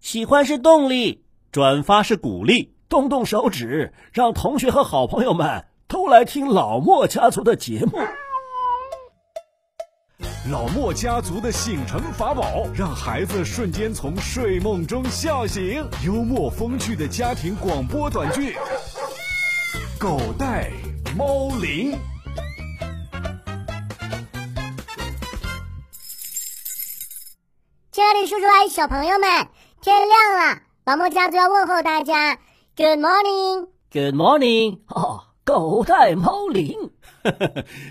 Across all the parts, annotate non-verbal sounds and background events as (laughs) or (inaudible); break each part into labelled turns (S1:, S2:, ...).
S1: 喜欢是动力，转发是鼓励。
S2: 动动手指，让同学和好朋友们都来听老莫家族的节目。
S3: 老莫家族的醒神法宝，让孩子瞬间从睡梦中笑醒。幽默风趣的家庭广播短剧，《狗带猫铃》。
S4: 亲爱的叔叔阿姨、小朋友们，天亮了，老莫家族要问候大家，Good morning。
S1: Good morning，
S2: 哦，狗带猫 (laughs) 铃，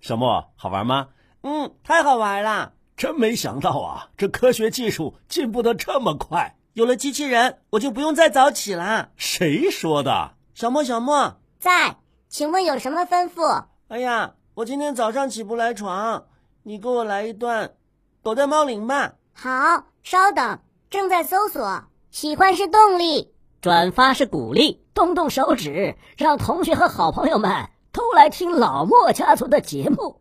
S1: 小莫，好玩吗？嗯，太好玩了！
S2: 真没想到啊，这科学技术进步的这么快。
S1: 有了机器人，我就不用再早起了。
S2: 谁说的？
S1: 小莫，小莫，
S4: 在，请问有什么吩咐？
S1: 哎呀，我今天早上起不来床，你给我来一段《狗带猫铃》吧。
S4: 好，稍等，正在搜索。喜欢是动力，
S5: 转发是鼓励，
S2: 动动手指，让同学和好朋友们都来听老莫家族的节目。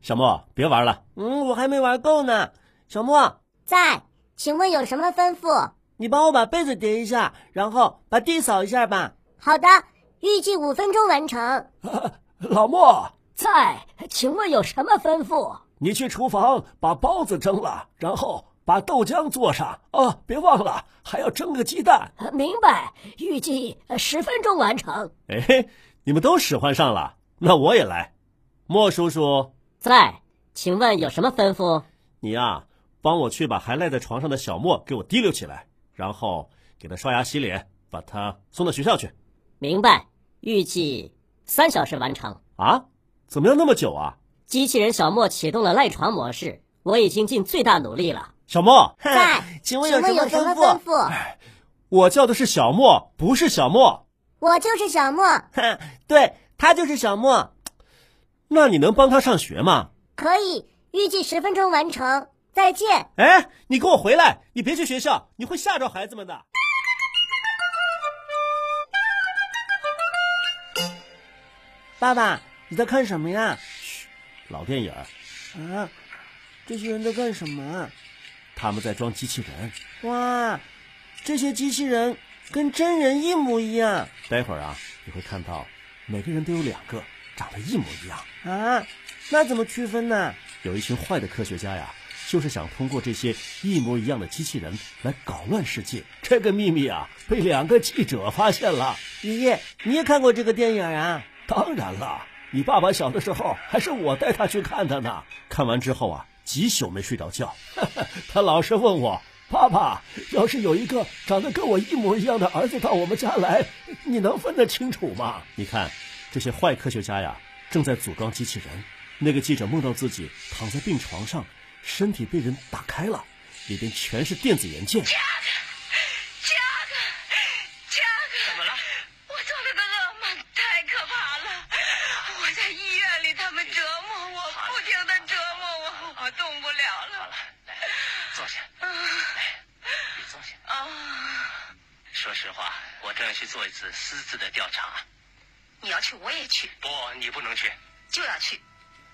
S1: 小莫，别玩了。嗯，我还没玩够呢。小莫，
S4: 在，请问有什么吩咐？
S1: 你帮我把被子叠一下，然后把地扫一下吧。
S4: 好的，预计五分钟完成。
S2: 啊、老莫，
S5: 在，请问有什么吩咐？
S2: 你去厨房把包子蒸了，然后把豆浆做上啊！别忘了还要蒸个鸡蛋。
S5: 明白，预计
S4: 呃
S5: 十分钟完成。
S1: 哎，你们都使唤上了，那我也来。莫叔叔
S5: 在，请问有什么吩咐？
S1: 你呀、啊，帮我去把还赖在床上的小莫给我提溜起来，然后给他刷牙洗脸，把他送到学校去。
S5: 明白，预计三小时完成。
S1: 啊？怎么要那么久啊？
S5: 机器人小莫启动了赖床模式，我已经尽最大努力了。
S1: 小莫
S4: 在，
S1: 请问
S4: 呃有
S1: 什么
S4: 吩
S1: 咐？
S4: 咐
S1: 我叫的是小莫，不是小莫。
S4: 我就是小莫，
S1: 对他就是小莫。那你能帮他上学吗？
S4: 可以，预计十分钟完成。再见。
S1: 哎，你给我回来！你别去学校，你会吓着孩子们的。爸爸，你在看什么呀？
S2: 嘘，老电影。
S1: 啊，这些人在干什么？
S2: 他们在装机器人。
S1: 哇，这些机器人跟真人一模一样。
S2: 待会儿啊，你会看到每个人都有两个，长得一模一样。
S1: 啊，那怎么区分呢？
S2: 有一群坏的科学家呀，就是想通过这些一模一样的机器人来搞乱世界。这个秘密啊，被两个记者发现了。
S1: 爷爷，你也看过这个电影啊？
S2: 当然了，你爸爸小的时候还是我带他去看的呢。看完之后啊，几宿没睡着觉。 (laughs) 呵呵他老是问我，爸爸，要是有一个长得跟我一模一样的儿子到我们家来，你能分得清楚吗？你看，这些坏科学家呀。正在组装机器人，那个记者梦到自己躺在病床上，身体被人打开了，里边全是电子元件。
S6: Jack，Jack，Jack，怎么了？我做了个噩梦，太可怕了！我在医院里，他们折磨我，不停的折磨我，我动不了了。
S7: 好了，来，坐下。来，你坐下。
S6: 啊，
S7: 说实话，我正要去做一次私自的调查。
S6: 你要去，我也去，
S7: 不，你不能去。
S6: 就要去。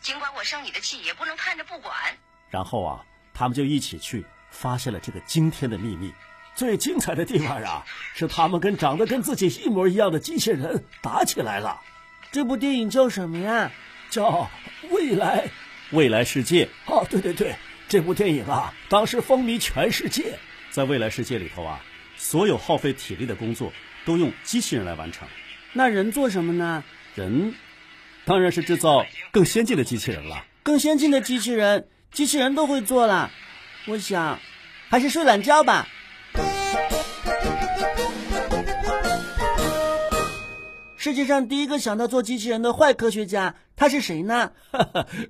S6: 尽管我生你的气，也不能看着不管。
S2: 然后啊，他们就一起去发现了这个惊天的秘密。最精彩的地方
S1: (laughs)
S2: 啊，是他们跟长得跟自己一模一样的机器人打起来了。
S1: 这部电影叫什么呀？
S2: 叫《未来
S1: 未来世界》。
S2: 哦，对对对，这部电影啊，当时风靡全世界。
S1: 在未来世界里头啊，所有耗费体力的工作都用机器人来完成。那人做什么呢？人当然是制造更先进的机器人了。更先进的机器人，机器人都会做了。我想，还是睡懒觉吧。世界上第一个想到做机器人的坏科学家，他是谁 (laughs) 呢？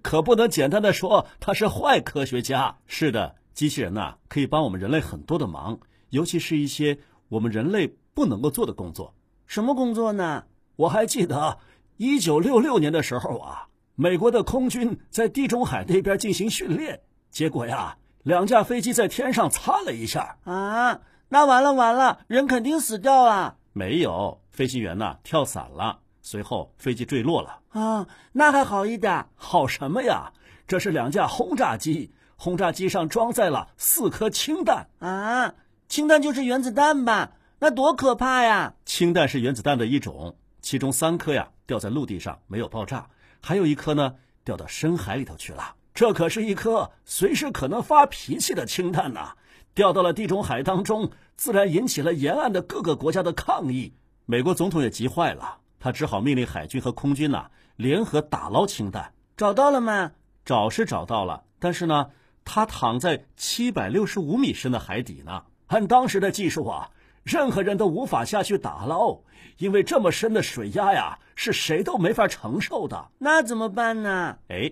S2: 可不能简单的说他是坏科学家。
S1: 是的，机器人呐、啊，可以帮我们人类很多的忙，尤其是一些我们人类不能够做的工作。什么工作呢？
S2: 我还记得，啊一九六六年的时候啊，美国的空军在地中海那边进行训练，结果呀，两架飞机在天上擦了一下
S1: 啊，那完了完了，人肯定死掉啊了。没有，飞行员呐、啊、跳伞了，随后飞机坠落了啊，那还好一点。
S2: 好什么呀？这是两架轰炸机，轰炸机上装载了四颗氢弹
S1: 啊。
S8: 氢弹就是原子弹吧？那多可怕呀！
S1: 氢弹是原子弹的一种，其中三颗呀掉在陆地上没有爆炸，还有一颗呢掉到深海里头去了。
S2: 这可是一颗随时可能发脾气的氢弹呐、掉到了地中海当中，自然引起了沿岸的各个国家的抗议。
S1: 美国总统也急坏了，他只好命令海军和空军呐、联合打捞氢弹。
S8: 找到了吗？
S1: 找是找到了，但是呢，它躺在七百六十五米深的海底呢。
S2: 按当时的技术啊，任何人都无法下去打捞，因为这么深的水压呀，是谁都没法承受的。
S8: 那怎么办呢？
S1: 哎，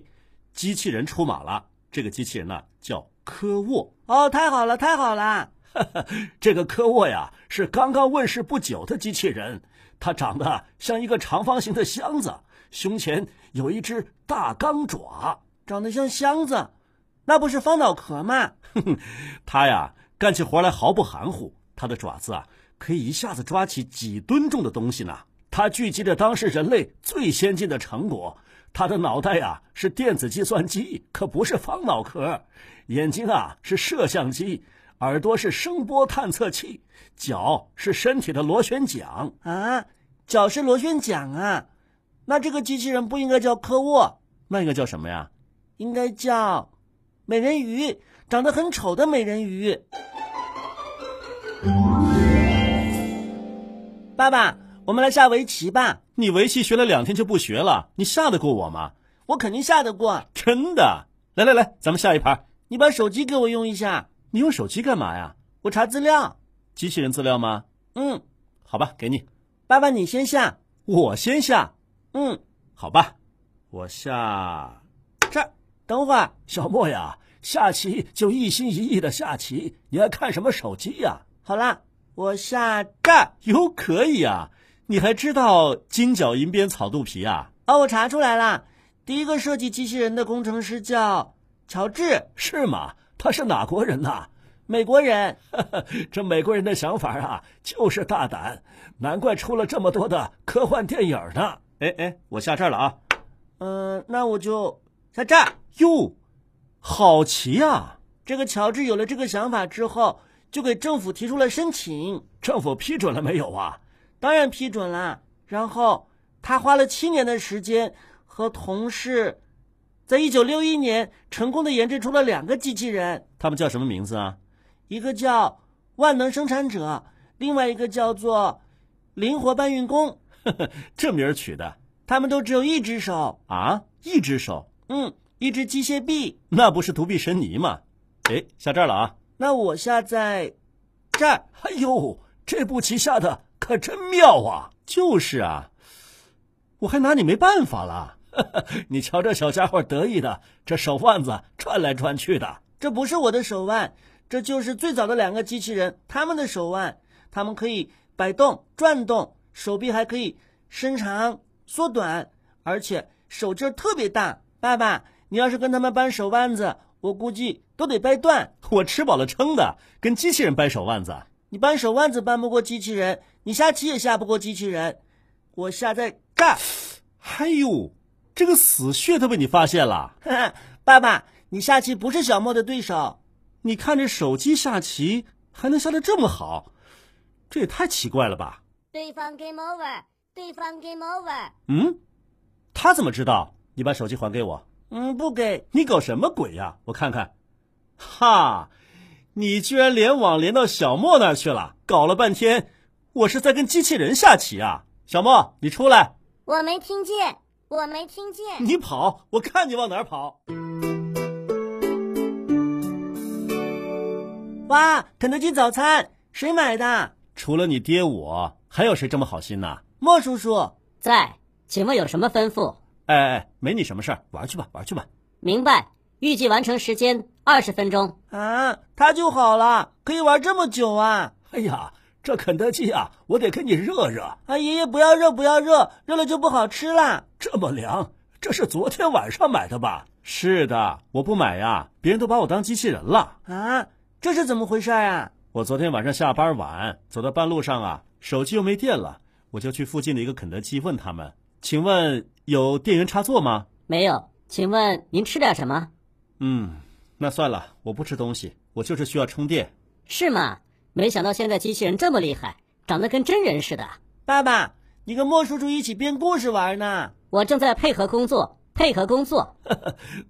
S1: 机器人出马了，这个机器人呢叫科沃。
S8: 哦，太好了，太好了！
S2: (laughs) 这个科沃呀，是刚刚问世不久的机器人，它长得像一个长方形的箱子，胸前有一只大钢爪。
S8: 长得像箱子，那不是方脑壳吗？
S1: 它呀干起活来毫不含糊，它的爪子啊可以一下子抓起几吨重的东西呢。
S2: 它聚集着当时人类最先进的成果。它的脑袋呀、是电子计算机，可不是方脑壳；眼睛啊是摄像机，耳朵是声波探测器，脚是身体的螺旋桨。
S8: 啊，脚是螺旋桨啊！那这个机器人不应该叫科沃，
S1: 那应该叫什么呀？
S8: 应该叫美人鱼，长得很丑的美人鱼。爸爸，我们来下围棋吧，
S1: 你围棋学了两天就不学了，你下得过我吗？
S8: 我肯定下得过。
S1: 真的，来来来，咱们下一盘。
S8: 你把手机给我用一下，
S1: 你用手机干嘛呀？
S8: 我查资料。
S1: 机器人资料吗？
S8: 嗯，
S1: 好吧，给你。
S8: 爸爸你先下。
S1: 我先下，
S8: 嗯，
S1: 好吧？我下
S8: 这儿，等会儿。
S2: 小莫呀，下棋就一心一意的下棋，你还看什么手机呀？
S8: 好啦，我下这儿。
S1: 哟，可以啊！你还知道金角银边草肚皮啊？
S8: 哦，我查出来了，第一个设计机器人的工程师叫乔治，
S2: 是吗？他是哪国人呐、
S8: 美国人。
S2: (laughs) 这美国人的想法啊，就是大胆，难怪出了这么多的科幻电影呢。
S1: 哎哎，我下这儿了啊！
S8: 嗯、那我就下这儿。
S1: 哟，好棋呀、
S8: 啊这个乔治有了这个想法之后，就给政府提出了申请，
S2: 政府批准了没有啊？
S8: 当然批准啦。然后他花了七年的时间和同事，在一九六一年成功的研制出了两个机器人，
S1: 他们叫什么名字啊？
S8: 一个叫万能生产者，另外一个叫做灵活搬运工。
S1: 这名儿取的
S8: 他们都只有一只手，
S1: 啊？一只手，
S8: 嗯，一只机械臂。
S1: 那不是独臂神尼吗？哎，下这儿了啊！
S8: 那我下在这儿，
S2: 哎呦，这步棋下的可真妙啊！
S1: 就是啊，我还拿你没办法了。
S2: 你瞧这小家伙得意的，这手腕子转来转去的。
S8: 这不是我的手腕，这就是最早的两个机器人他们的手腕，他们可以摆动、转动，手臂还可以伸长、缩短，而且手劲儿特别大。爸爸，你要是跟他们扳手腕子，我估计都得掰断。
S1: 我吃饱了撑的，跟机器人掰手腕子。
S8: 你扳手腕子扳不过机器人，你下棋也下不过机器人。我下在这儿，
S1: 哎呦，这个死穴都被你发现了！
S8: 哈哈， (laughs) 爸爸，你下棋不是小莫的对手。
S1: 你看这手机下棋还能下得这么好，这也太奇怪了吧？
S4: 对方 game over，对方 game over。
S1: 嗯，他怎么知道？你把手机还给我。
S8: 嗯，不给。
S1: 你搞什么鬼呀？我看看，哈，你居然联网连到小莫那儿去了！搞了半天，我是在跟机器人下棋啊！小莫，你出来，
S4: 我没听见，我没听见。
S1: 你跑，我看你往哪儿跑！
S8: 哇，肯德基早餐谁买的？
S1: 除了你爹我，还有谁这么好心呐？
S8: 莫叔叔，
S5: 在，请问有什么吩咐？
S1: 哎哎，没你什么事儿，玩去吧，玩去吧。
S5: 明白，预计完成时间二十分钟。
S8: 啊，他就好了，可以玩这么久啊！
S2: 哎呀，这肯德基啊，我得给你热热，
S8: 啊，爷爷不要热，不要热，热了就不好吃啦。
S2: 这么凉，这是昨天晚上买的吧？
S1: 是的，我不买呀，别人都把我当机器人了。
S8: 啊，这是怎么回事啊？
S1: 我昨天晚上下班晚，走到半路上啊，手机又没电了，我就去附近的一个肯德基问他们，请问有电源插座吗？
S5: 没有，请问您吃点什么？
S1: 嗯，那算了，我不吃东西，我就是需要充电。
S5: 是吗？没想到现在机器人这么厉害，长得跟真人似的。
S9: 爸爸，你跟莫叔叔一起编故事玩呢。
S5: 我正在配合工作，配合工作。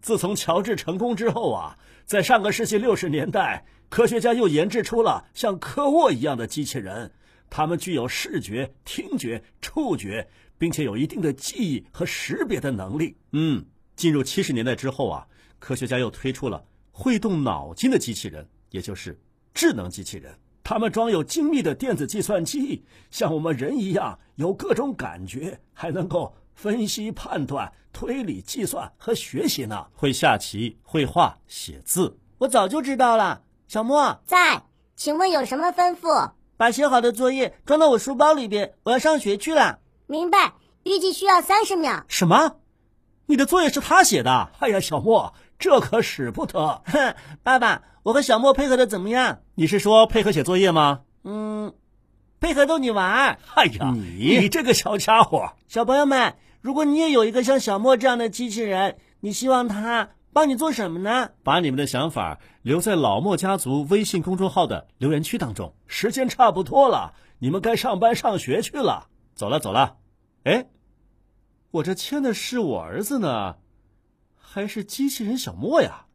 S1: 自从乔治成功之后啊，在上个世纪六十年代，科学家又研制出了像科沃一样的机器人，它们具有视觉、听觉、触觉，并且有一定的记忆和识别的能力。嗯，进入七十年代之后啊，科学家又推出了会动脑筋的机器人，也就是智能机器人。它们装有精密的电子计算机，像我们人一样有各种感觉，还能够分析、判断、推理、计算和学习呢。
S3: 会下棋、绘画、写字。
S9: 我早就知道了，小莫，
S4: 在，请问有什么吩咐？
S9: 把写好的作业装到我书包里边，我要上学去了。
S4: 明白，预计需要三十秒。
S1: 什么？你的作业是他写的？哎呀，小莫，这可使不得！
S9: 哼，爸爸，我和小莫配合的怎么样？
S3: 你是说配合写作业吗？
S9: 嗯，配合逗你玩儿。
S1: 哎呀，
S3: 你
S1: 你这个小家伙，
S9: 小朋友们，如果你也有一个像小莫这样的机器人，你希望它帮你做什么呢？
S3: 把你们的想法留在老莫家族微信公众号的留言区当中。
S1: 时间差不多了，你们该上班上学去了。
S3: 走了，走了。哎，我这签的是我儿子呢，还是机器人小莫呀？